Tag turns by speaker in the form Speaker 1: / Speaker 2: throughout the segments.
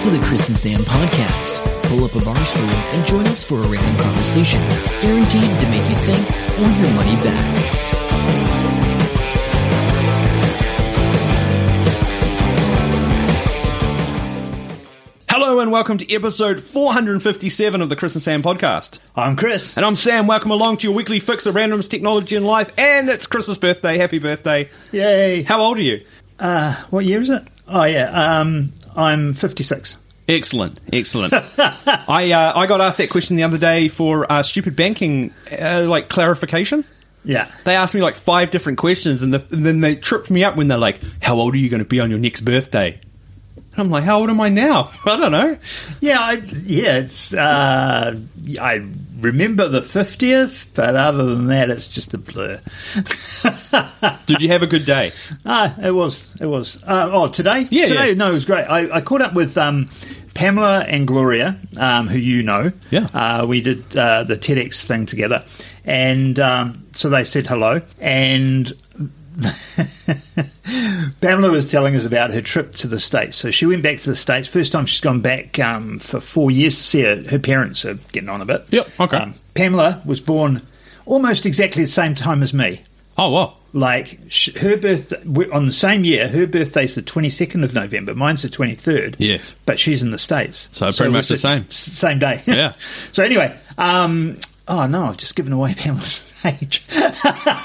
Speaker 1: to the Chris and Sam podcast. Pull up a bar stool and join us for a random conversation, guaranteed to make you think or your money back.
Speaker 2: Hello and welcome to episode 457 of the Chris and Sam podcast.
Speaker 3: I'm Chris.
Speaker 2: And I'm Sam. Welcome along to your weekly fix of randoms, technology, and life. And it's Chris's birthday. Happy birthday.
Speaker 3: Yay.
Speaker 2: How old are you?
Speaker 3: Uh, what year is it? Oh, yeah. Um, I'm 56.
Speaker 2: Excellent. Excellent. I uh, I got asked that question the other day for uh, stupid banking, uh, like clarification.
Speaker 3: Yeah.
Speaker 2: They asked me like five different questions and, the, and then they tripped me up when they're like, How old are you going to be on your next birthday? And I'm like, How old am I now? I don't know.
Speaker 3: Yeah, I, yeah, it's, uh, I remember the 50th, but other than that, it's just a blur.
Speaker 2: Did you have a good day?
Speaker 3: Ah, it was, it was. Uh, oh, today?
Speaker 2: Yeah,
Speaker 3: Today,
Speaker 2: yeah.
Speaker 3: no, it was great. I, I caught up with, um, Pamela and Gloria, um, who you know.
Speaker 2: Yeah.
Speaker 3: Uh, we did, uh, the TEDx thing together. And, um, so they said hello. And Pamela was telling us about her trip to the States. So she went back to the States. First time she's gone back um, for four years to see her, her parents are getting on a bit. Um,
Speaker 2: Yep, okay.
Speaker 3: Pamela was born almost exactly the same time as me.
Speaker 2: Oh, wow.
Speaker 3: Like sh- her birthday, we're on the same year, her birthday's the 22nd of November. Mine's the 23rd.
Speaker 2: Yes.
Speaker 3: But she's in the States.
Speaker 2: So pretty
Speaker 3: it
Speaker 2: much
Speaker 3: was
Speaker 2: the same.
Speaker 3: s- Same day.
Speaker 2: Yeah.
Speaker 3: so anyway, um, oh no, I've just given away Pamela's age.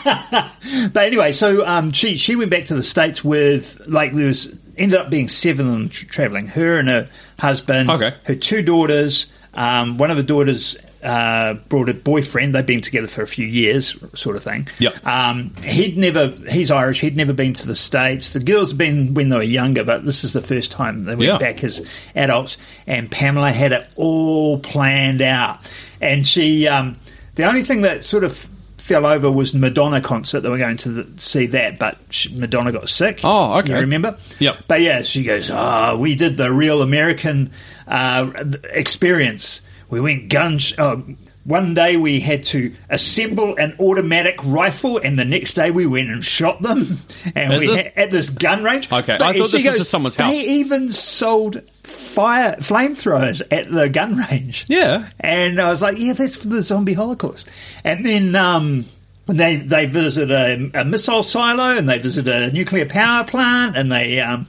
Speaker 3: but anyway, so um, she she went back to the states with like there was ended up being seven of them tr traveling. Her and her husband,
Speaker 2: Okay.
Speaker 3: her two daughters. Um, one of the daughters uh, brought a boyfriend. They've been together for a few years, sort of thing.
Speaker 2: Yep.
Speaker 3: Um, he'd never. He's Irish. He'd never been to the states. The girls have been when they were younger, but this is the first time they went
Speaker 2: Yeah.
Speaker 3: back as adults. And Pamela had it all planned out, and she. Um, the only thing that sort of fell over was Madonna concert. They were going to the, see that, but she, Madonna got sick.
Speaker 2: Oh, okay.
Speaker 3: You remember?
Speaker 2: Yep.
Speaker 3: But yeah, she goes, "Ah, we did the real American uh, experience. We went gun. Sh- uh, one day we had to assemble an automatic rifle, and the next day we went and shot them. And
Speaker 2: Is
Speaker 3: we
Speaker 2: this-
Speaker 3: ha- at this gun range.
Speaker 2: Okay, I
Speaker 3: But-
Speaker 2: thought
Speaker 3: and she
Speaker 2: this was just someone's house."
Speaker 3: They even sold fire flamethrowers at the gun range.
Speaker 2: Yeah.
Speaker 3: And I was like, yeah, that's for the zombie holocaust. And then um, they they visited a, a missile silo and they visited a nuclear power plant and they, um,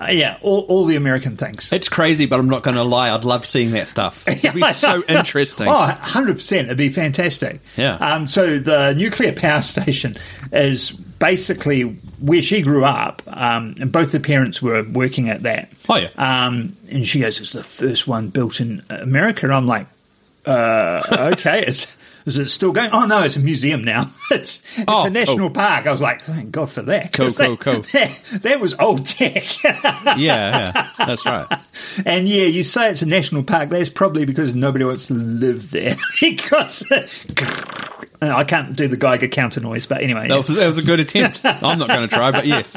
Speaker 3: uh, yeah, all, all the American things.
Speaker 2: It's crazy, but I'm not going to lie. I'd love seeing that stuff. It'd be so interesting.
Speaker 3: Oh, 100%. It'd be fantastic.
Speaker 2: Yeah.
Speaker 3: Um, so the nuclear power station is basically where she grew up, um, and both her parents were working at that.
Speaker 2: Oh, yeah.
Speaker 3: Um, and she goes, it's the first one built in America. And I'm like, uh, okay, is, is it still going? Oh, no, it's a museum now. it's it's
Speaker 2: Oh,
Speaker 3: a national
Speaker 2: oh.
Speaker 3: park. I was like, thank God for that.
Speaker 2: Cool,
Speaker 3: 'Cause
Speaker 2: cool,
Speaker 3: that-
Speaker 2: cool.
Speaker 3: That, that was old tech.
Speaker 2: yeah, yeah, that's right.
Speaker 3: And yeah, you say it's a national park. That's probably because nobody wants to live there. because uh, I can't do the Geiger counter noise, but anyway,
Speaker 2: That was, that was a good attempt. I'm not going to try, but yes,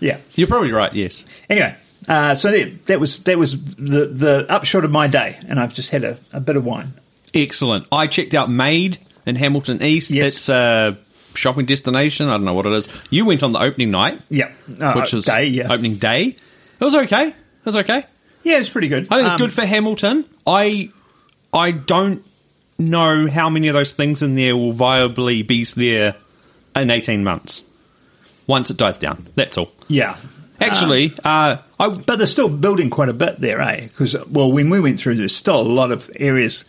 Speaker 3: yeah.
Speaker 2: you're probably right. Yes,
Speaker 3: Anyway, uh, so there, that was that was the the upshot of my day, and I've just had a, a bit of wine.
Speaker 2: excellent. I checked out Maid in Hamilton East.
Speaker 3: Yes.
Speaker 2: It's a shopping destination. I don't know what it is. You went on the opening night,
Speaker 3: Yeah, Uh,
Speaker 2: which was
Speaker 3: day. Yeah,
Speaker 2: opening day. It was okay. It was okay.
Speaker 3: yeah, it's pretty good.
Speaker 2: I think it's
Speaker 3: Um,
Speaker 2: good for Hamilton. I I don't know how many of those things in there will viably be there in 18 months. Once it dies down, that's all.
Speaker 3: Yeah.
Speaker 2: Actually, uh, I
Speaker 3: But they're still building quite a bit there, eh? Because well, when we went through, there's still a lot of areas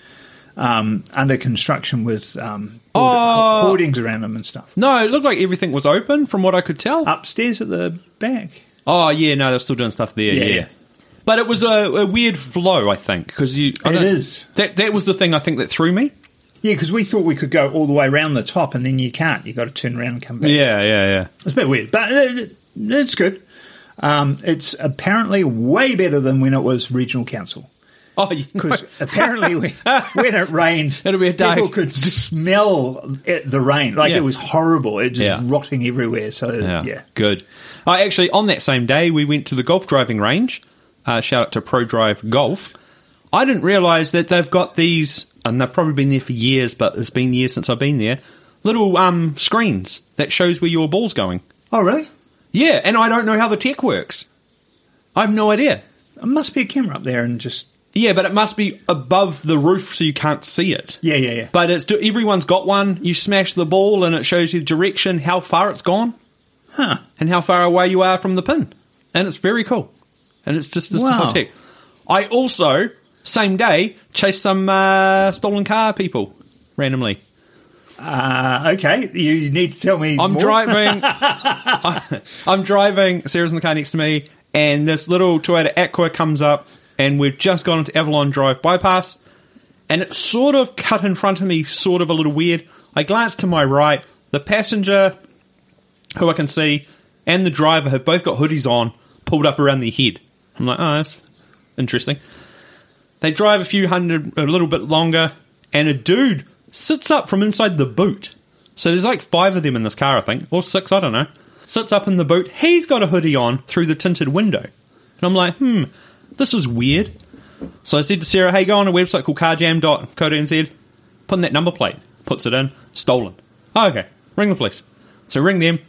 Speaker 3: um, under construction with um, hoard-
Speaker 2: Oh.
Speaker 3: hoardings around them and stuff.
Speaker 2: no, it looked like everything was open from what I could tell.
Speaker 3: upstairs at the back.
Speaker 2: Oh yeah, no, they're still doing stuff there. Yeah,
Speaker 3: Yeah,
Speaker 2: yeah.
Speaker 3: yeah.
Speaker 2: but it was a, a weird flow, I think, because you. I
Speaker 3: It
Speaker 2: don't-
Speaker 3: is.
Speaker 2: that that was the thing I think that threw me.
Speaker 3: Yeah, because we thought we could go all the way around the top, and then you can't. You got to turn around and come back.
Speaker 2: Yeah, yeah, yeah.
Speaker 3: it's a bit weird, but it, it- it's good. Um, it's apparently way better than when it was regional council.
Speaker 2: Oh, you
Speaker 3: Because apparently, when, when it rained,
Speaker 2: It'll be a day.
Speaker 3: people could smell it, the rain. Like
Speaker 2: Yeah.
Speaker 3: it was horrible. It was
Speaker 2: Yeah.
Speaker 3: just rotting everywhere. So
Speaker 2: Yeah,
Speaker 3: yeah,
Speaker 2: good. Uh, actually, on that same day, we went to the golf driving range. Uh, shout out to Pro Drive Golf. I didn't realise that they've got these, and they've probably been there for years, but it's been years since I've been there. Little um, screens that shows where your ball's going.
Speaker 3: Oh really?
Speaker 2: Yeah, and I don't know how the tech works. I have no idea.
Speaker 3: There must be a camera up there and just.
Speaker 2: Yeah, but it must be above the roof so you can't see it.
Speaker 3: Yeah, yeah, yeah.
Speaker 2: But it's everyone's got one. You smash the ball and it shows you the direction, how far it's gone,
Speaker 3: Huh.
Speaker 2: and how far away you are from the pin. And it's very cool. And it's just this
Speaker 3: Wow.
Speaker 2: whole tech. I also, same day, chased some uh, stolen car people randomly.
Speaker 3: Uh, okay, you need to tell me.
Speaker 2: I'm
Speaker 3: more.
Speaker 2: driving. I'm driving. Sarah's in the car next to me, and this little Toyota Aqua comes up, and we've just gone into Avalon Drive bypass, and it's sort of cut in front of me, sort of a little weird. I glance to my right. The passenger, who I can see, and the driver have both got hoodies on, pulled up around their head. I'm like, oh, that's interesting. They drive a few hundred, a little bit longer, and a dude sits up from inside the boot. So there's like five of them in this car, I think, or six, I don't know. Sits up in the boot. He's got a hoodie on through the tinted window. And I'm like, hmm, this is weird. So I said to Sarah, hey, go on a website called carjam.co.nz, put in that number plate, puts it in, stolen. Oh, okay, ring the police. So ring them,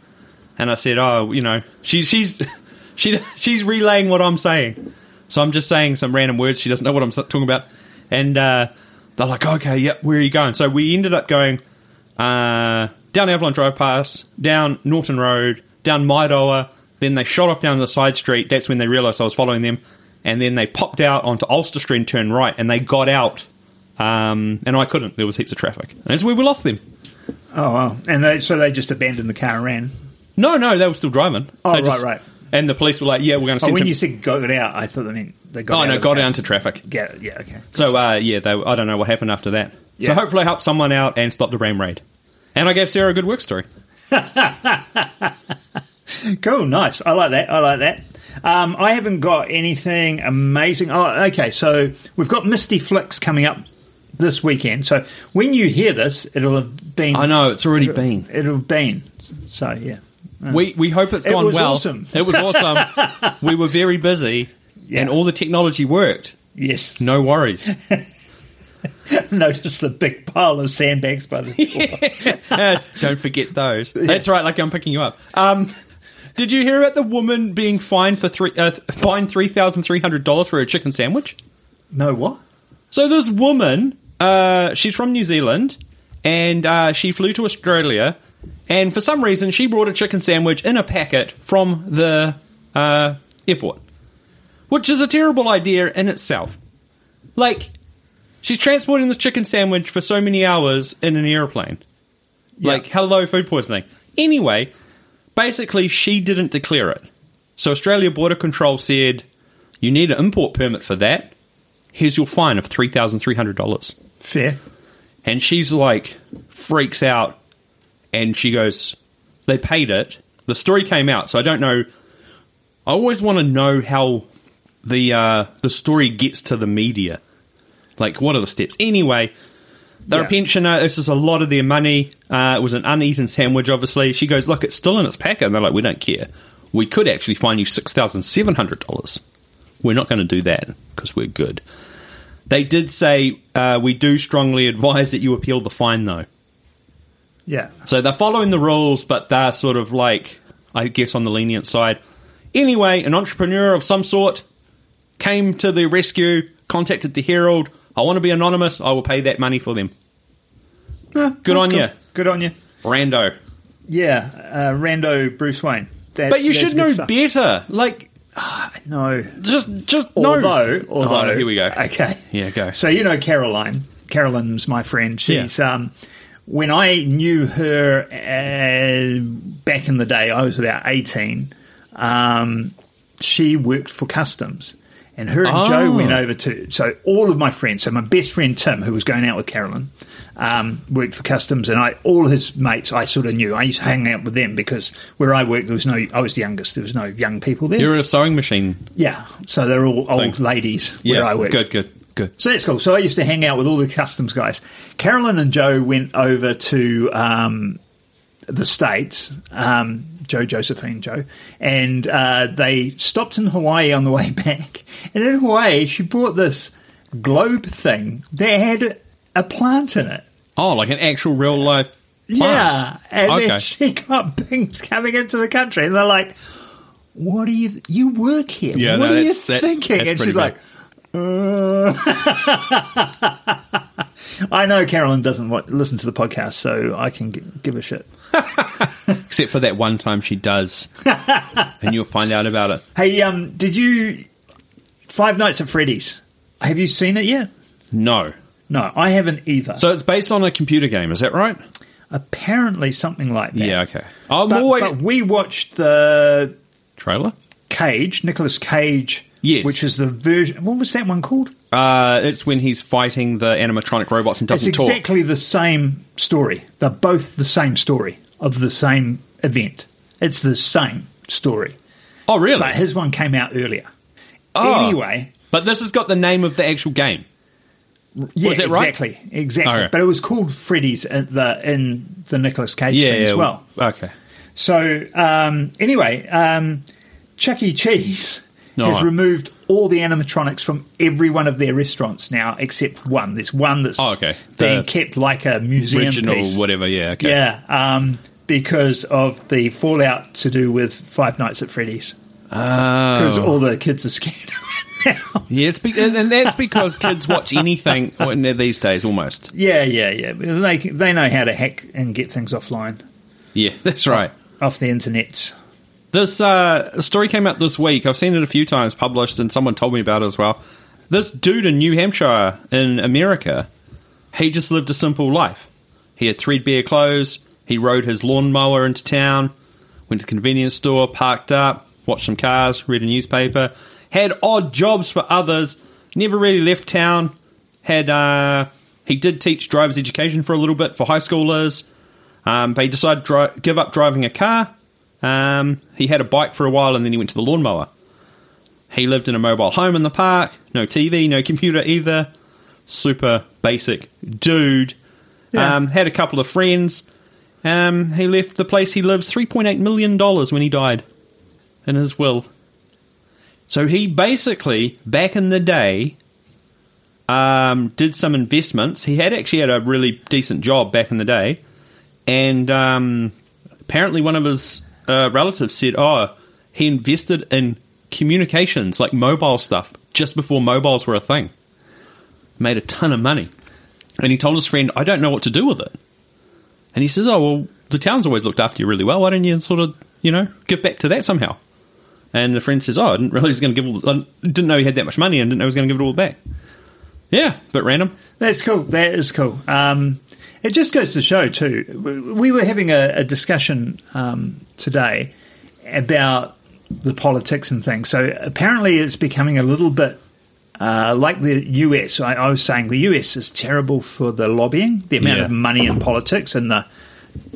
Speaker 2: and I said, oh, you know, she, she's she, she's relaying what I'm saying. So I'm just saying some random words. She doesn't know what I'm talking about. And uh, they're like, okay, yep, where are you going? So we ended up going uh, down Avalon Drive Pass, down Norton Road, down Maidoa. Then they shot off down the side street. That's when they realised I was following them. And then they popped out onto Ulster Street and turned right. And they got out. Um, and I couldn't. There was heaps of traffic. And so we lost them.
Speaker 3: Oh wow! And they, so they just abandoned the car and ran.
Speaker 2: No, no, they were still driving.
Speaker 3: Oh,
Speaker 2: They
Speaker 3: right, right.
Speaker 2: And the police were like, yeah, we're going to
Speaker 3: Oh,
Speaker 2: send
Speaker 3: when
Speaker 2: him.
Speaker 3: you said got out, I thought I mean they got.
Speaker 2: oh,
Speaker 3: out
Speaker 2: no,
Speaker 3: of the
Speaker 2: got
Speaker 3: car.
Speaker 2: down to traffic.
Speaker 3: Yeah, yeah, okay.
Speaker 2: So uh, yeah, they, I don't know what happened after that.
Speaker 3: Yeah.
Speaker 2: So hopefully, I helped someone out and stopped a brain raid. And I gave Sarah a good work story.
Speaker 3: Cool, nice. I like that. I like that. Um, I haven't got anything amazing. Oh, okay. So we've got Misty Flicks coming up this weekend. So when you hear this, it'll have been.
Speaker 2: I know it's already been.
Speaker 3: It'll have been. So yeah.
Speaker 2: We we hope it's
Speaker 3: It
Speaker 2: gone
Speaker 3: was
Speaker 2: well.
Speaker 3: awesome.
Speaker 2: It was awesome. we were very busy,
Speaker 3: Yeah.
Speaker 2: and all the technology worked.
Speaker 3: Yes.
Speaker 2: No worries.
Speaker 3: Notice the big pile of sandbags by the floor.
Speaker 2: Uh, don't forget those. That's right. Like I'm picking you up. Um, did you hear about the woman being fined for three uh, fined three thousand three hundred dollars for a chicken sandwich?
Speaker 3: No what?
Speaker 2: So this woman, uh, she's from New Zealand, and uh, she flew to Australia, and for some reason she brought a chicken sandwich in a packet from the uh, airport, which is a terrible idea in itself. Like, she's transporting this chicken sandwich for so many hours in an airplane. Like, hello, food poisoning. Anyway, basically, she didn't declare it. So Australia Border Control said, you need an import permit for that here's your fine of three thousand three hundred dollars.
Speaker 3: Fair.
Speaker 2: And she's like, freaks out, and she goes, they paid it. The story came out, so I don't know. I always want to know how the uh, the story gets to the media. Like, what are the steps? Anyway, they're
Speaker 3: Yeah.
Speaker 2: a pensioner. This is a lot of their money. Uh, it was an uneaten sandwich, obviously. She goes, look, it's still in its packet. And they're like, we don't care. We could actually fine you $6,700. We're not going to do that because we're good. They did say, uh, we do strongly advise that you appeal the fine, though.
Speaker 3: Yeah.
Speaker 2: So they're following the rules, but they're sort of like, I guess, on the lenient side. Anyway, an entrepreneur of some sort came to the rescue, contacted the Herald. I want to be anonymous. I will pay that money for them.
Speaker 3: Ah, that's
Speaker 2: on ya.
Speaker 3: Good on you.
Speaker 2: Rando.
Speaker 3: Yeah. Uh, Rando Bruce Wayne. That's,
Speaker 2: But you
Speaker 3: that's
Speaker 2: should
Speaker 3: good
Speaker 2: know
Speaker 3: stuff.
Speaker 2: better. Like,
Speaker 3: No.
Speaker 2: just, just
Speaker 3: Although,
Speaker 2: no.
Speaker 3: although,
Speaker 2: Oh, here we go.
Speaker 3: Okay,
Speaker 2: Yeah, go.
Speaker 3: So you know Caroline. Carolyn's my friend.
Speaker 2: Yeah.
Speaker 3: She's um, when I knew her uh, back in the day, I was about eighteen. Um, she worked for customs, and her and Joe
Speaker 2: Oh.
Speaker 3: went over to. So all of my friends. So my best friend Tim, who was going out with Carolyn, um, worked for customs, and I all his mates I sort of knew. I used to hang out with them because where I worked, there was no. I was the youngest. There was no young people there.
Speaker 2: You're a sewing machine.
Speaker 3: Yeah, so they're all old
Speaker 2: Thanks.
Speaker 3: ladies
Speaker 2: Yeah,
Speaker 3: where I work.
Speaker 2: good, good, good.
Speaker 3: So that's cool. So I used to hang out with all the customs guys. Carolyn and Joe went over to um, the States, um, Joe, Josephine, Joe, and uh, they stopped in Hawaii on the way back. And in Hawaii, she bought this globe thing that had a plant in it.
Speaker 2: Oh, like an actual real life. plant.
Speaker 3: Yeah, and
Speaker 2: Okay.
Speaker 3: then she got pinged coming into the country, and they're like, "What do you? You work here?
Speaker 2: Yeah,
Speaker 3: what
Speaker 2: no,
Speaker 3: are you
Speaker 2: that's- that's-
Speaker 3: thinking?"
Speaker 2: that's
Speaker 3: and she's
Speaker 2: pretty
Speaker 3: like, "Uh." "I know Carolyn doesn't wa listen to the podcast, so I can g- give a shit."
Speaker 2: Except for that one time she does, and you'll find out about it.
Speaker 3: Hey, um, did you Five Nights at Freddy's? Have you seen it yet?
Speaker 2: No.
Speaker 3: No, I haven't either.
Speaker 2: So it's based on a computer game, is that right?
Speaker 3: Apparently, something like that.
Speaker 2: Yeah, okay. I'm
Speaker 3: But,
Speaker 2: always
Speaker 3: but we watched the
Speaker 2: trailer.
Speaker 3: Cage, Nicolas Cage,
Speaker 2: Yes.
Speaker 3: which is the version. What was that one called?
Speaker 2: Uh, it's when he's fighting the animatronic robots and
Speaker 3: It's
Speaker 2: doesn't talk.
Speaker 3: exactly the same story. They're both the same story of the same event. It's the same story,
Speaker 2: Oh, really?
Speaker 3: but his one came out earlier.
Speaker 2: Oh.
Speaker 3: Anyway,
Speaker 2: But this has got the name of the actual game.
Speaker 3: yeah,
Speaker 2: Was it right?
Speaker 3: exactly, exactly.
Speaker 2: Okay.
Speaker 3: But it was called Freddy's in the in the Nicolas Cage thing as well.
Speaker 2: Okay.
Speaker 3: So um, anyway, um, Chuck E. Cheese has
Speaker 2: Alright.
Speaker 3: removed all the animatronics from every one of their restaurants now, except one. There's one that's
Speaker 2: Oh, okay.
Speaker 3: being
Speaker 2: The
Speaker 3: kept like a museum
Speaker 2: Original,
Speaker 3: piece.
Speaker 2: whatever. Yeah. Okay.
Speaker 3: Yeah, um, because of the fallout to do with Five Nights at Freddy's.
Speaker 2: Oh.
Speaker 3: Because all the kids are scared.
Speaker 2: Yeah, it's be- and and that's because kids watch anything well, no, these days almost.
Speaker 3: yeah, yeah, yeah. They they know how to hack and get things offline
Speaker 2: Yeah, that's right.
Speaker 3: off the internet.
Speaker 2: This uh, story came out this week. I've seen it a few times published, and someone told me about it as well. This dude in New Hampshire, in America, he just lived a simple life. He had threadbare clothes. He rode his lawnmower into town, went to the convenience store, parked up, watched some cars, read a newspaper, had odd jobs for others, never really left town. Had uh, he did teach driver's education for a little bit for high schoolers. Um, but he decided to dri- give up driving a car. Um, he had a bike for a while and then he went to the lawnmower. He lived in a mobile home in the park, no TV, no computer either. Super basic dude.
Speaker 3: Yeah.
Speaker 2: Um, had a couple of friends. Um, he left the place he lives $3.8 million when he died in his will. So he basically, back in the day, um, did some investments. He had actually had a really decent job back in the day, and um, apparently one of his uh, relatives said, "Oh, he invested in communications, like mobile stuff, just before mobiles were a thing. Made a ton of money." And he told his friend, "I don't know what to do with it." And he says, "Oh well, the town's always looked after you really well. Why don't you sort of, you know, give back to that somehow?" And the friend says, "Oh, I didn't realize he was going to give all. The, I didn't know he had that much money, and didn't know he was going to give it all back." Yeah, but random.
Speaker 3: That's cool. That is cool. Um, it just goes to show too. we- We were having a, a discussion um, today about the politics and things. So apparently, it's becoming a little bit uh, like the US. I, I was saying the US is terrible for the lobbying, the amount
Speaker 2: Yeah.
Speaker 3: of money in politics, and the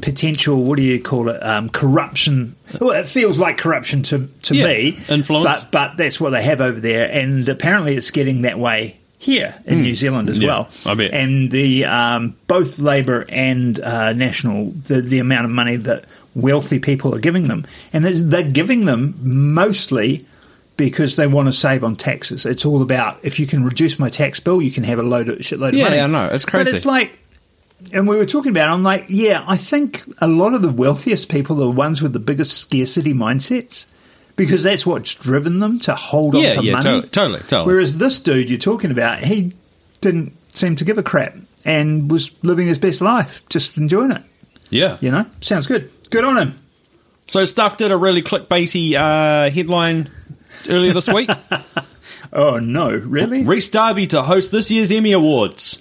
Speaker 3: potential. What do you call it? Um, corruption. Well, it feels like corruption to to
Speaker 2: Yeah.
Speaker 3: me.
Speaker 2: Influence.
Speaker 3: but but that's what they have over there, and apparently it's getting that way here in New Zealand as
Speaker 2: Hmm. Yeah,
Speaker 3: well.
Speaker 2: I bet.
Speaker 3: And the um, both Labor and uh, National, the the amount of money that wealthy people are giving them, and there's- they're giving them mostly because they want to save on taxes. It's all about if you can reduce my tax bill, you can have a load of shitload
Speaker 2: Yeah,
Speaker 3: of money.
Speaker 2: I know. It's
Speaker 3: But
Speaker 2: crazy.
Speaker 3: it's like. And we were talking about. it, I'm like, yeah, I think a lot of the wealthiest people are the ones with the biggest scarcity mindsets because that's what's driven them to hold on
Speaker 2: Yeah,
Speaker 3: to
Speaker 2: yeah,
Speaker 3: money.
Speaker 2: totally- totally, totally.
Speaker 3: Whereas this dude you're talking about, he didn't seem to give a crap and was living his best life, just enjoying it.
Speaker 2: Yeah.
Speaker 3: You know, sounds good. Good on him.
Speaker 2: So Stuff did a really clickbaity uh, headline earlier this week.
Speaker 3: Oh no, really?
Speaker 2: Reese Darby to host this year's Emmy Awards.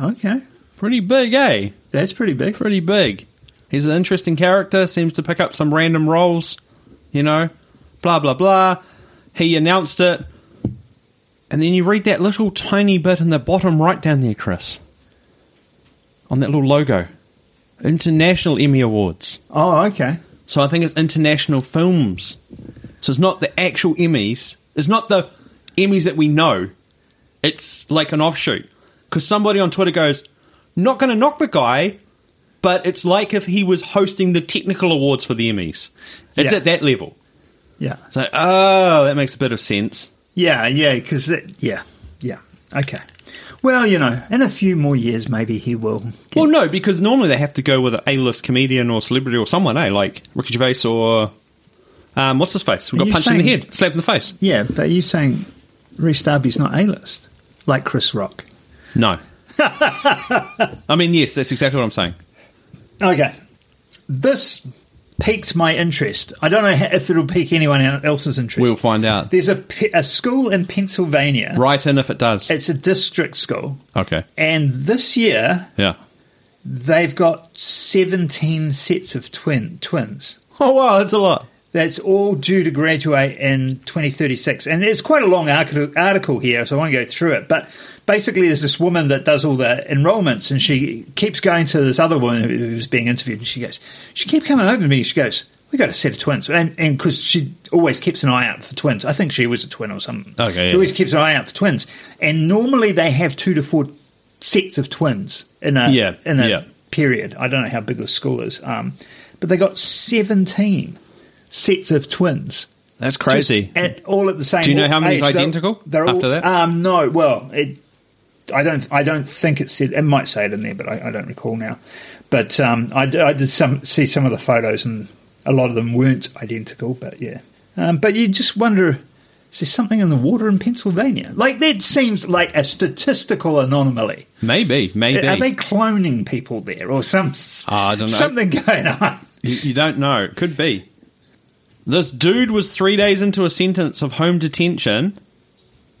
Speaker 3: Okay,
Speaker 2: Pretty big, eh?
Speaker 3: that's pretty big.
Speaker 2: Pretty big. He's an interesting character, seems to pick up some random roles, you know, blah, blah, blah. He announced it. And then you read that little tiny bit in the bottom right down there, Chris, on that little logo International Emmy Awards.
Speaker 3: Oh, okay.
Speaker 2: So I think it's international films. So it's not the actual Emmys. It's not the Emmys that we know. It's like an offshoot. Because somebody on Twitter goes, not going to knock the guy, but it's like if he was hosting the technical awards for the Emmys. It's
Speaker 3: Yeah.
Speaker 2: at that level.
Speaker 3: Yeah,
Speaker 2: So, oh, that makes a bit of sense.
Speaker 3: yeah, yeah. Because yeah, yeah. Okay. Well, you know, in a few more years, maybe he will. Get,
Speaker 2: Well, no, because normally they have to go with an A-list comedian or celebrity or someone, eh? Like Ricky Gervais or Um, what's his face? We
Speaker 3: Are
Speaker 2: got
Speaker 3: you
Speaker 2: punched in the
Speaker 3: saying-
Speaker 2: head, slapped in the face.
Speaker 3: Yeah, but are you saying Reese Darby's not A-list? Like Chris Rock.
Speaker 2: No. I mean, yes, that's exactly what I'm saying.
Speaker 3: Okay. This piqued my interest. I don't know ho- if it'll pique anyone else's interest.
Speaker 2: We'll find out.
Speaker 3: There's a, pe- a school in Pennsylvania.
Speaker 2: Right in if it does.
Speaker 3: It's a district school.
Speaker 2: Okay.
Speaker 3: And this year,
Speaker 2: Yeah.
Speaker 3: they've got 17 sets of twin twins.
Speaker 2: Oh, wow, that's a lot.
Speaker 3: That's all due to graduate in 2036. And there's quite a long arti- article here, so I won't go through it. But basically, there's this woman that does all the enrollments, and she keeps going to this other woman who's being interviewed, and she goes, She keeps coming over to me. She goes, We got a set of twins. And because she always keeps an eye out for twins. I think she was a twin or something.
Speaker 2: Okay,
Speaker 3: She
Speaker 2: yeah.
Speaker 3: always keeps an eye out for twins. And normally, they have two to four sets of twins in a,
Speaker 2: Yeah,
Speaker 3: in a
Speaker 2: yeah.
Speaker 3: period. I don't know how big the school is, um, but they got 17 sets of twins.
Speaker 2: That's crazy.
Speaker 3: Just At, all at the same
Speaker 2: Do you know how many
Speaker 3: age.
Speaker 2: is identical
Speaker 3: They're, they're
Speaker 2: after
Speaker 3: all,
Speaker 2: that?
Speaker 3: Um, no, well, it, I don't. I don't think it said. It might say it in there, but I, I don't recall now. But um, I, d- I did some see some of the photos, and a lot of them weren't identical. But yeah, um, but you just wonder. Is there something in the water in Pennsylvania? Like that seems like a statistical anomaly.
Speaker 2: maybe, maybe.
Speaker 3: Are they cloning people there, or some
Speaker 2: Ah, I don't know.
Speaker 3: something going on?
Speaker 2: you, you don't know. Could be. This dude was three days into a sentence of home detention,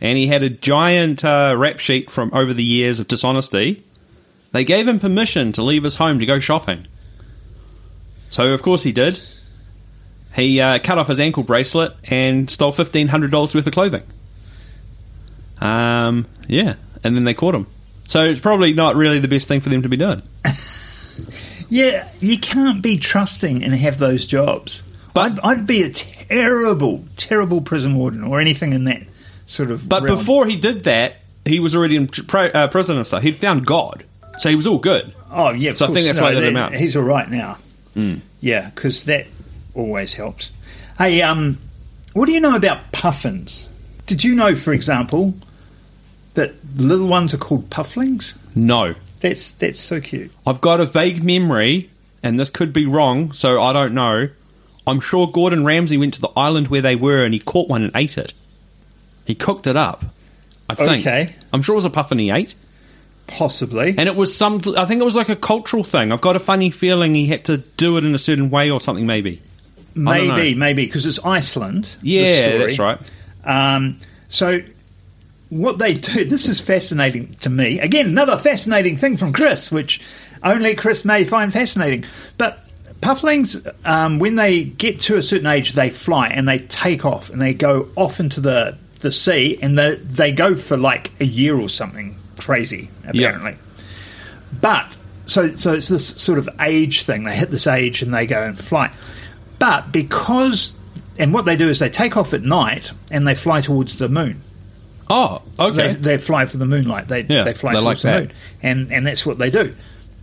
Speaker 2: and he had a giant uh, rap sheet from over the years of dishonesty. They gave him permission to leave his home to go shopping. So, of course, he did. He uh, cut off his ankle bracelet and stole $1,500 worth of clothing. Um, yeah, and then they caught him. So, it's probably not really the best thing for them to be doing.
Speaker 3: Yeah, you can't be trusting and have those jobs. But I'd, I'd be a terrible, terrible prison warden or anything in that sort of.
Speaker 2: But
Speaker 3: realm.
Speaker 2: before he did that, he was already in pro, uh, prison and stuff. He'd found God, so he was all good.
Speaker 3: oh yeah, of
Speaker 2: so I think
Speaker 3: course.
Speaker 2: that's why they let him out. Hmm.
Speaker 3: He's all right now. Yeah, because that always helps. Hey, um, what do you know about puffins? Did you know, for example, that the little ones are called pufflings?
Speaker 2: No,
Speaker 3: That's that's so cute.
Speaker 2: I've got a vague memory, and this could be wrong, so I don't know. I'm sure Gordon Ramsay went to the island where they were, and he caught one and ate it. He cooked it up. I think.
Speaker 3: Okay.
Speaker 2: I'm sure it was a puffin he ate,
Speaker 3: Possibly.
Speaker 2: and it was some. I think it was like a cultural thing. I've got a funny feeling he had to do it in a certain way or something. Maybe. I don't
Speaker 3: Maybe,
Speaker 2: know.
Speaker 3: maybe because it's Iceland. the
Speaker 2: Yeah,
Speaker 3: story.
Speaker 2: that's right.
Speaker 3: Um, so what they do, this is fascinating to me. Again, another fascinating thing from Chris, which only Chris may find fascinating. But pufflings, um, when they get to a certain age, they fly and they take off and they go off into the the sea and they they go for like a year or something crazy
Speaker 2: Yeah.
Speaker 3: apparently. But so so it's this sort of age thing. They hit this age and they go and fly. But because and what they do is they take off at night and they fly towards the moon.
Speaker 2: Oh, okay.
Speaker 3: They, they fly for the moonlight. They
Speaker 2: Yeah,
Speaker 3: they fly
Speaker 2: they like
Speaker 3: towards
Speaker 2: that.
Speaker 3: the moon, and and that's what they do.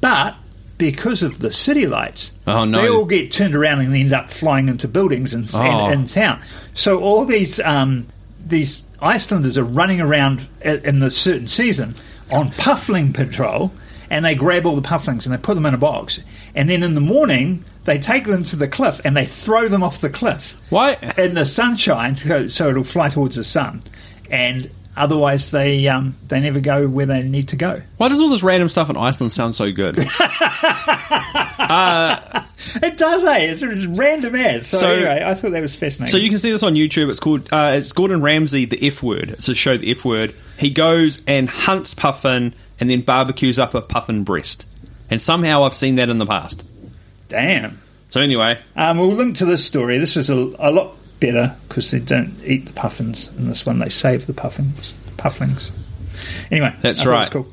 Speaker 3: But because of the city lights,
Speaker 2: Oh, no.
Speaker 3: they all get turned around and end up flying into buildings and,
Speaker 2: Oh.
Speaker 3: and in town. So all these um, these Icelanders are running around i- in the certain season on puffling patrol, and they grab all the pufflings and they put them in a box, and then in the morning. They take them to the cliff and they throw them off the cliff
Speaker 2: Why?
Speaker 3: in the sunshine, so, so it'll fly towards the sun, and otherwise they um, they never go where they need to go.
Speaker 2: Why does all this random stuff in Iceland sound so good?
Speaker 3: It does, eh? It's, it's random as. So,
Speaker 2: So-
Speaker 3: anyway, I thought that was fascinating.
Speaker 2: So you can see this on YouTube. It's called uh, it's Gordon Ramsay the F word. It's a show the F word. He goes and hunts puffin and then barbecues up a puffin breast. And somehow I've seen that in the past.
Speaker 3: damn.
Speaker 2: So anyway,
Speaker 3: Um, we'll link to this story. This is a, a lot better because they don't eat the puffins in this one. They save the puffins, pufflings. Anyway,
Speaker 2: That's
Speaker 3: I thought it was
Speaker 2: right.
Speaker 3: Cool.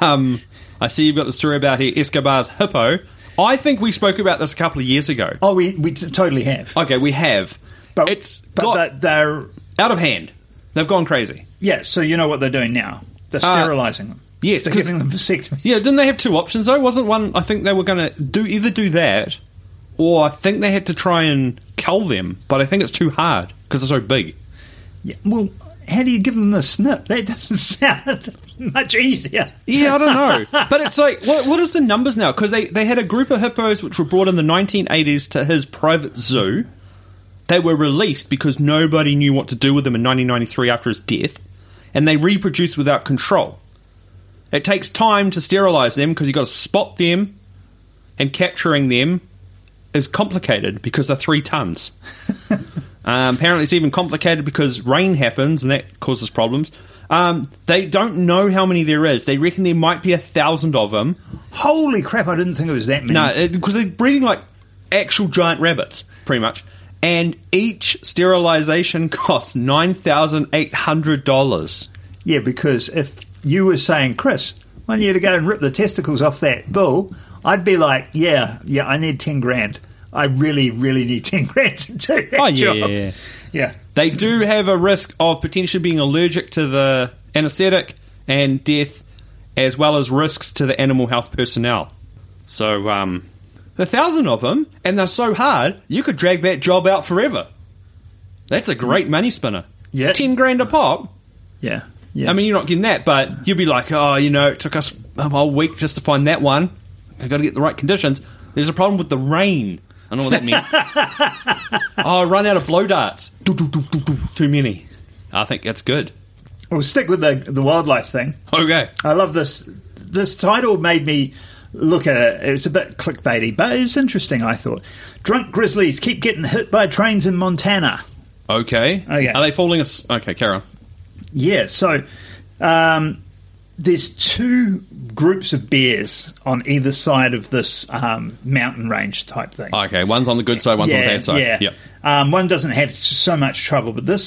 Speaker 2: um, I see you've got the story about here Escobar's hippo. I think we spoke about this a couple of years ago.
Speaker 3: Oh, we we t- totally have.
Speaker 2: Okay, we have.
Speaker 3: But
Speaker 2: it's
Speaker 3: but
Speaker 2: got
Speaker 3: but they're
Speaker 2: out of hand. They've gone crazy.
Speaker 3: yeah. So you know what they're doing now? They're
Speaker 2: Uh,
Speaker 3: sterilizing them.
Speaker 2: yes,
Speaker 3: they're
Speaker 2: 'cause-
Speaker 3: giving them vasectomy.
Speaker 2: Yeah, didn't they have two options though? Wasn't one? I think they were going to do either do that, or I think they had to try and cull them. But I think it's too hard because they're so big.
Speaker 3: Yeah, well, how do you give them the snip? That doesn't sound much easier.
Speaker 2: Yeah, I don't know. but it's like, what, what is the numbers now? Because they, they had a group of hippos which were brought in the 1980s to his private zoo, They were released because nobody knew what to do with them in 1993 after his death, and they reproduced without control. It takes time to sterilize them because you've got to spot them, and capturing them is complicated because they're three tons. Um, apparently, it's even complicated because rain happens and that causes problems. Um, they don't know how many there is. They reckon there might be a thousand of them.
Speaker 3: Holy crap! I didn't think it was that many.
Speaker 2: No, because they're breeding like actual giant rabbits, pretty much. And each sterilization costs nine thousand eight hundred dollars.
Speaker 3: Yeah, because if you were saying, Chris, why don't you to go and rip the testicles off that bull? I'd be like, yeah, yeah, I need 10 grand. I really, really need 10 grand to do that
Speaker 2: Oh, yeah,
Speaker 3: job.
Speaker 2: yeah, yeah.
Speaker 3: Yeah.
Speaker 2: They do have a risk of potentially being allergic to the anesthetic and death, as well as risks to the animal health personnel. So, um, the thousand of them, and they're so hard, you could drag that job out forever. That's a great money spinner.
Speaker 3: Yeah.
Speaker 2: ten grand a pop.
Speaker 3: Yeah. Yeah.
Speaker 2: I mean, you're not getting that, but you'll be like, oh, you know, it took us a whole week just to find that one. I've got to get the right conditions. There's a problem with the rain. I don't know what that means. oh, I run out of blow darts. Do, do, do, do, do. Too many. I think that's good.
Speaker 3: we'll stick with the, the wildlife thing.
Speaker 2: Okay.
Speaker 3: I love this. This title made me look at it. It was a bit clickbaity, but it was interesting, I thought. Drunk grizzlies keep getting hit by trains in Montana.
Speaker 2: Okay.
Speaker 3: Okay.
Speaker 2: Are they falling us? Okay, Karen.
Speaker 3: Yeah, so um, there's two groups of bears on either side of this um, mountain range type thing.
Speaker 2: Okay, one's on the good side, Oh, one's on the bad side.
Speaker 3: Yeah.
Speaker 2: Yep.
Speaker 3: Um, one doesn't have so much trouble, but this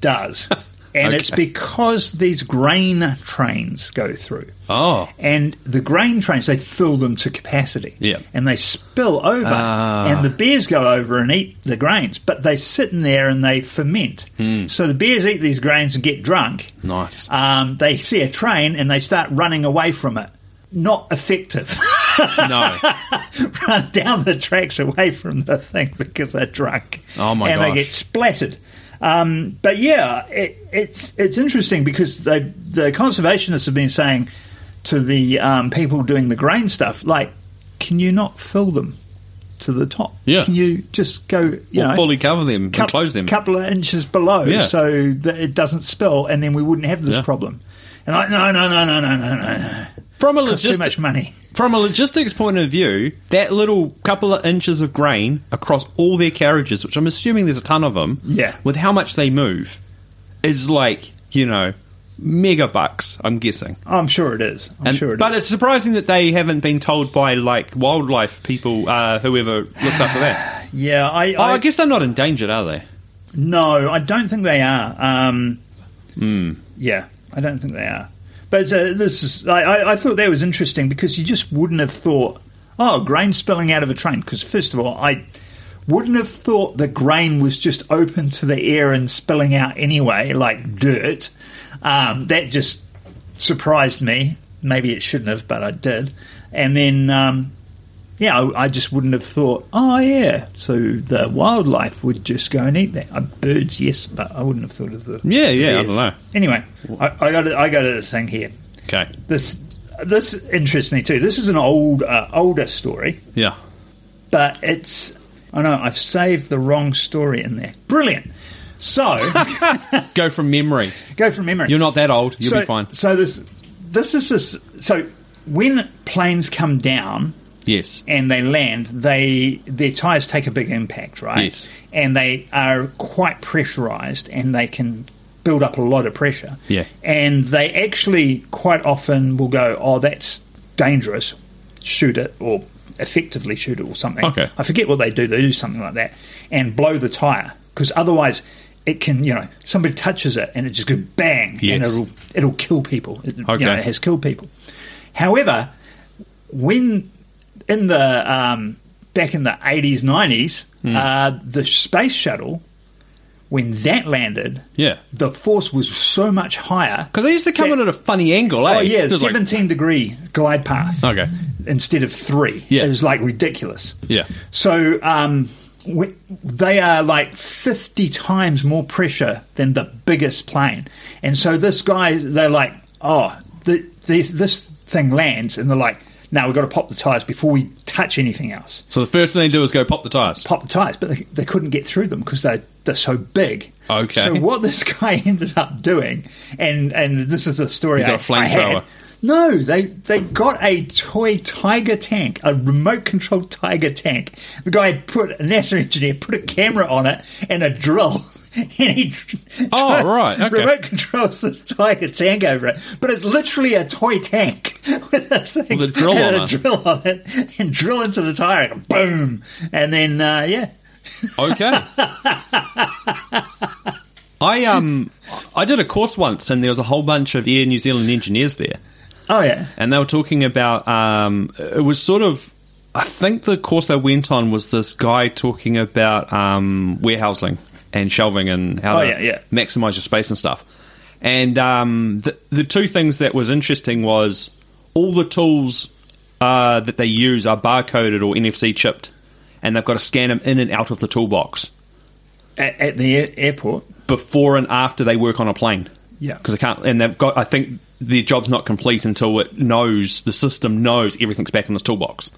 Speaker 3: does. And it's
Speaker 2: Okay.
Speaker 3: because these grain trains go through.
Speaker 2: Oh.
Speaker 3: And the grain trains, they fill them to capacity.
Speaker 2: Yeah. Ah.
Speaker 3: And they spill over. And the bears go over and eat the grains, but they sit in there and they ferment. So the bears eat these grains and get drunk.
Speaker 2: Hmm. Nice.
Speaker 3: Um, they see a train and they start running away from it. Not effective.
Speaker 2: No.
Speaker 3: run down the tracks away from the thing because they're drunk.
Speaker 2: Oh, my
Speaker 3: And
Speaker 2: gosh.
Speaker 3: they get splattered. Um, but yeah, it, it's it's interesting because they, the conservationists have been saying to the um, people doing the grain stuff, like, can you not fill them to the top?
Speaker 2: Yeah.
Speaker 3: Can you just go, you
Speaker 2: Or
Speaker 3: know,
Speaker 2: fully cover them and close them.
Speaker 3: couple of inches below,
Speaker 2: Yeah.
Speaker 3: so that it doesn't spill, and then we wouldn't have this
Speaker 2: Yeah.
Speaker 3: problem. And like, no, no, no, no, no, no, no, no.
Speaker 2: From a
Speaker 3: Costs too
Speaker 2: logistic,
Speaker 3: much money.
Speaker 2: From a logistics point of view, that little couple of inches of grain across all their carriages, which I'm assuming there's a ton of them,
Speaker 3: Yeah.
Speaker 2: with how much they move, is like you know mega bucks. I'm guessing.
Speaker 3: I'm sure it is. I'm
Speaker 2: And-
Speaker 3: sure it is.
Speaker 2: but it's surprising that they haven't been told by like wildlife people, uh, whoever looks after that.
Speaker 3: Yeah, I,
Speaker 2: Oh,
Speaker 3: I
Speaker 2: I guess they're not endangered, are they?
Speaker 3: no, I don't think they are. Um, Yeah, I don't think they are. But uh, this is, I, I, I thought that was interesting because you just wouldn't have thought, oh, grain spilling out of a train. Because first of all, I wouldn't have thought the grain was just open to the air and spilling out anyway, like dirt. Um, that just surprised me. Maybe it shouldn't have, but I did. And then, um, yeah, I, I just wouldn't have thought, oh, yeah, so the wildlife would just go and eat that. Uh, birds, yes, but I wouldn't have thought of the.
Speaker 2: Yeah, yeah, I
Speaker 3: Yes.
Speaker 2: don't know.
Speaker 3: Anyway, I, I got a, I got a thing here.
Speaker 2: Okay,
Speaker 3: This this interests me too. This is an old uh, older story,
Speaker 2: yeah.
Speaker 3: but it's I know I've saved the wrong story in there. Brilliant. So
Speaker 2: Go from memory.
Speaker 3: go from memory.
Speaker 2: You're not that old. You'll
Speaker 3: so,
Speaker 2: be fine.
Speaker 3: So this this is this. So when planes come down,
Speaker 2: Yes.
Speaker 3: and they land, they their tires take a big impact, right?
Speaker 2: Yes.
Speaker 3: And they are quite pressurized, and they can build up a lot of pressure.
Speaker 2: Yeah.
Speaker 3: And they actually quite often will go, "Oh, that's dangerous. Shoot it," or effectively shoot it, or something.
Speaker 2: Okay.
Speaker 3: I forget what they do. They do something like that, and blow the tire because otherwise. It can, you know, somebody touches it and it just goes bang, and
Speaker 2: Yes.
Speaker 3: it'll it'll kill people. It,
Speaker 2: Okay.
Speaker 3: you know, it has killed people. However, when in the um, back in the eighties, nineties,
Speaker 2: Hmm.
Speaker 3: uh, the space shuttle when that landed,
Speaker 2: Yeah.
Speaker 3: the force was so much higher.
Speaker 2: Because they used to come in at a funny angle, eh?
Speaker 3: Oh yeah,
Speaker 2: It was like-
Speaker 3: seventeen degree glide path.
Speaker 2: Okay.
Speaker 3: instead of three,
Speaker 2: Yeah.
Speaker 3: it was like ridiculous.
Speaker 2: Yeah.
Speaker 3: So um, we, they are like 50 times more pressure than the biggest plane. And so this guy, they're like, oh, the, this, this thing lands. And they're like, now we've got to pop the tires before we touch anything else.
Speaker 2: So the first thing they do is go pop the tires.
Speaker 3: pop the tires, but they, they couldn't get through them because they're, they're so big.
Speaker 2: Okay.
Speaker 3: So what this guy ended up doing, and and this is the story
Speaker 2: You got
Speaker 3: I,
Speaker 2: a
Speaker 3: I
Speaker 2: flamethrower.
Speaker 3: had. No, they they got a toy tiger tank, a remote controlled tiger tank. The guy put a NASA engineer put a camera on it and a drill. And he dr-
Speaker 2: Oh, right, okay.
Speaker 3: remote controls this tiger tank over it, but it's literally a toy tank with a thing
Speaker 2: With a drill
Speaker 3: and
Speaker 2: on
Speaker 3: a
Speaker 2: it.
Speaker 3: drill on it, and drill into the tire, and boom, and then uh, yeah,
Speaker 2: Okay. I um I did a course once and there was a whole bunch of Air New Zealand engineers there.
Speaker 3: Oh yeah.
Speaker 2: and they were talking about um, it was sort of I think the course they went on was this guy talking about um, warehousing and shelving and how
Speaker 3: Oh,
Speaker 2: to
Speaker 3: yeah, yeah.
Speaker 2: maximize your space and stuff. And um, the, the two things that was interesting was all the tools uh, that they use are barcoded or NFC chipped, and they've got to scan them in and out of the toolbox
Speaker 3: At, at the air- airport.
Speaker 2: before and after they work on a plane.
Speaker 3: Yeah.
Speaker 2: because they can't, and they've got. I think their job's not complete until it knows the system knows everything's back in this toolbox.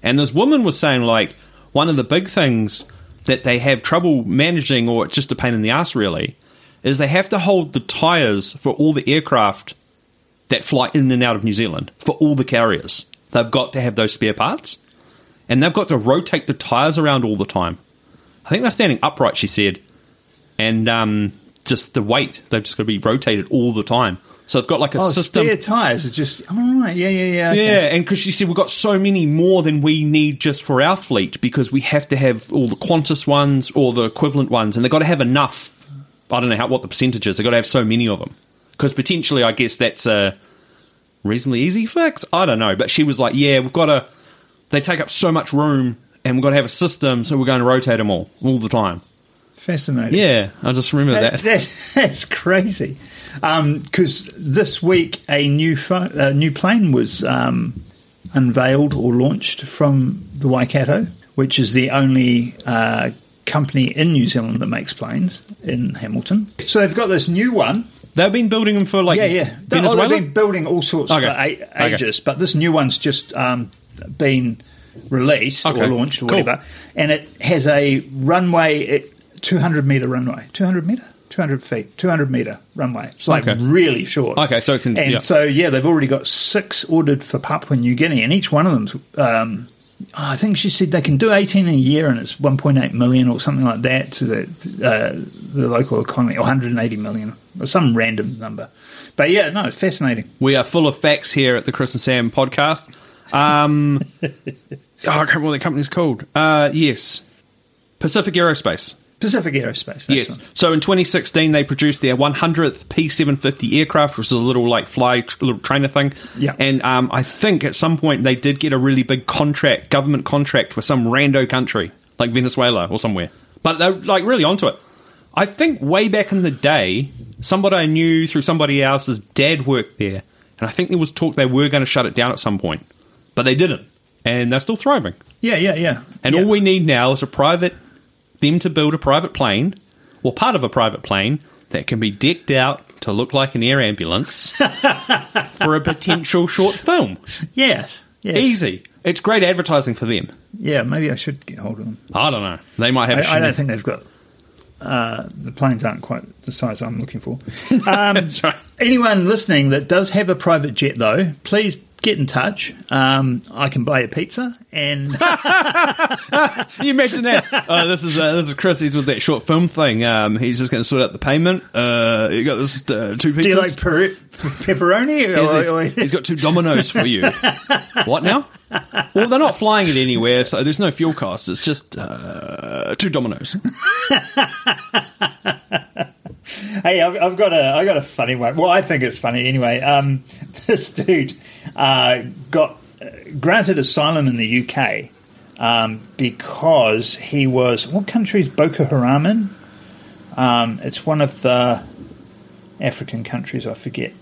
Speaker 2: And this woman was saying like one of the big things that they have trouble managing, or it's just a pain in the ass really, is they have to hold the tires for all the aircraft that fly in and out of New Zealand for all the carriers. They've got to have those spare parts, and they've got to rotate the tires around all the time. I think they're standing upright, she said, and um, just the weight. They've just got to be rotated all the time. So they've got like a
Speaker 3: Oh,
Speaker 2: system.
Speaker 3: spare tires are just. Oh right, yeah, yeah, yeah. okay.
Speaker 2: Yeah, and because she said we've got so many more than we need just for our fleet because we have to have all the Qantas ones or the equivalent ones, and they've got to have enough. I don't know how what the percentage is. They've got to have so many of them because potentially, I guess that's a reasonably easy fix. I don't know, but she was like, "Yeah, we've got to. They take up so much room, and we've got to have a system, so we're going to rotate them all all the time."
Speaker 3: Fascinating.
Speaker 2: Yeah, I just remember
Speaker 3: That,
Speaker 2: that.
Speaker 3: that, that's crazy. Because this week a new pho- a new plane was um, unveiled or launched from the Waikato, which is the only uh, company in New Zealand that makes planes in Hamilton. So they've got this new one.
Speaker 2: They've been building them for like
Speaker 3: Yeah, yeah. They- oh,
Speaker 2: Venezuela.
Speaker 3: they've been building all sorts
Speaker 2: Okay.
Speaker 3: for a-
Speaker 2: Okay.
Speaker 3: ages, but this new one's just um, been released
Speaker 2: Okay.
Speaker 3: or launched or
Speaker 2: Cool.
Speaker 3: whatever, and it has a runway, it, 200 meter runway, 200 meter. 200 feet, 200 meter runway. It's like
Speaker 2: Okay.
Speaker 3: really short.
Speaker 2: Okay, so it can-
Speaker 3: And
Speaker 2: yeah.
Speaker 3: so, yeah, they've already got six ordered for Papua New Guinea, and each one of them's, um, I think she said they can do 18 a year and it's 1.8 million or something like that to the, uh, the local economy, or 180 million, or some random number. But yeah, no, it's fascinating.
Speaker 2: We are full of facts here at the Chris and Sam podcast. Um, oh, I can't remember what the company's called. Uh, yes, Pacific Aerospace.
Speaker 3: Pacific Aerospace. that's
Speaker 2: Yes.
Speaker 3: one.
Speaker 2: So in 2016, they produced their 100th P750 aircraft, which is a little like fly tr- little trainer thing.
Speaker 3: Yeah.
Speaker 2: And um, I think at some point they did get a really big contract, government contract for some rando country like Venezuela or somewhere. But they're like really onto it. I think way back in the day, somebody I knew through somebody else's dad worked there, and I think there was talk they were going to shut it down at some point, but they didn't, and they're still thriving.
Speaker 3: Yeah, yeah, yeah.
Speaker 2: And
Speaker 3: yeah.
Speaker 2: all we need now is a private, them to build a private plane or part of a private plane that can be decked out to look like an air ambulance for a potential short film.
Speaker 3: Yes. yes.
Speaker 2: Easy. It's great advertising for them.
Speaker 3: Yeah, maybe I should get hold of them.
Speaker 2: I don't know. They might have. a
Speaker 3: I, I
Speaker 2: shindig.
Speaker 3: don't think they've got. Uh, the planes aren't quite the size I'm looking for. Um,
Speaker 2: That's right.
Speaker 3: Anyone listening that does have a private jet, though, please get in touch. Um, I can buy a pizza and
Speaker 2: Can you imagine that? Uh, this is uh, this is Chris. He's with that short film thing. Um, he's just going to sort out the payment. Uh, you got this uh, two pizzas.
Speaker 3: do you like per- pepperoni?
Speaker 2: Here's
Speaker 3: Or-
Speaker 2: his-
Speaker 3: or-
Speaker 2: he's got two dominoes for you. what now? Well, they're not flying it anywhere, so there's no fuel cost. It's just uh, two dominoes.
Speaker 3: Hey, I've, I've got a I got a funny one. Well, I think it's funny anyway. Um, this dude uh, got uh, granted asylum in the UK um, because he was what country is Boko Haram in? Um, it's one of the African countries. I forget.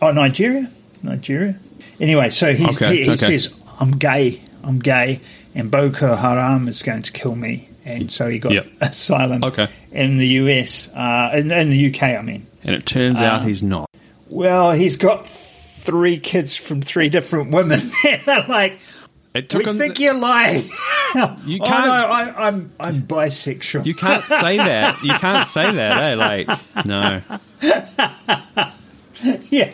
Speaker 3: Oh, Nigeria, Nigeria. Anyway, so he
Speaker 2: Okay,
Speaker 3: he, he
Speaker 2: okay.
Speaker 3: says I'm gay. I'm gay, and Boko Haram is going to kill me. And so he got
Speaker 2: Yep.
Speaker 3: asylum
Speaker 2: Okay.
Speaker 3: in the US, uh, in, in the UK, I mean.
Speaker 2: And it turns out he's not.
Speaker 3: Well, he's got three kids from three different women. They're like,
Speaker 2: It took
Speaker 3: we
Speaker 2: him-
Speaker 3: think you're lying.
Speaker 2: You can't-
Speaker 3: Oh, no, I, I'm I'm bisexual.
Speaker 2: You can't say that. You can't say that, eh? Like, no.
Speaker 3: yeah,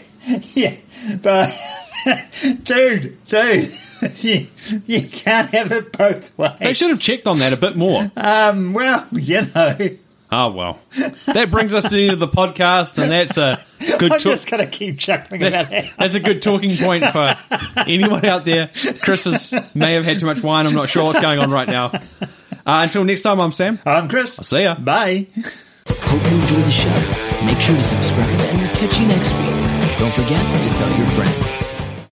Speaker 3: yeah, but dude, dude, you, you can't have it both
Speaker 2: They
Speaker 3: ways.
Speaker 2: should have checked on that a bit more.
Speaker 3: Um, well, you know,
Speaker 2: Oh, well. That brings us to the end of the podcast, and that's a good
Speaker 3: I'm
Speaker 2: talk.
Speaker 3: just gonna keep chuckling about
Speaker 2: That's,
Speaker 3: that.
Speaker 2: that's a good talking point for anyone out there. Chris has, may have had too much wine. I'm not sure what's going on right now. Uh, until next time, I'm Sam.
Speaker 3: I'm Chris.
Speaker 2: See ya.
Speaker 3: Bye.
Speaker 1: Hope you enjoy the show. Make sure to subscribe and we'll catch you next week. Don't forget to tell your friend.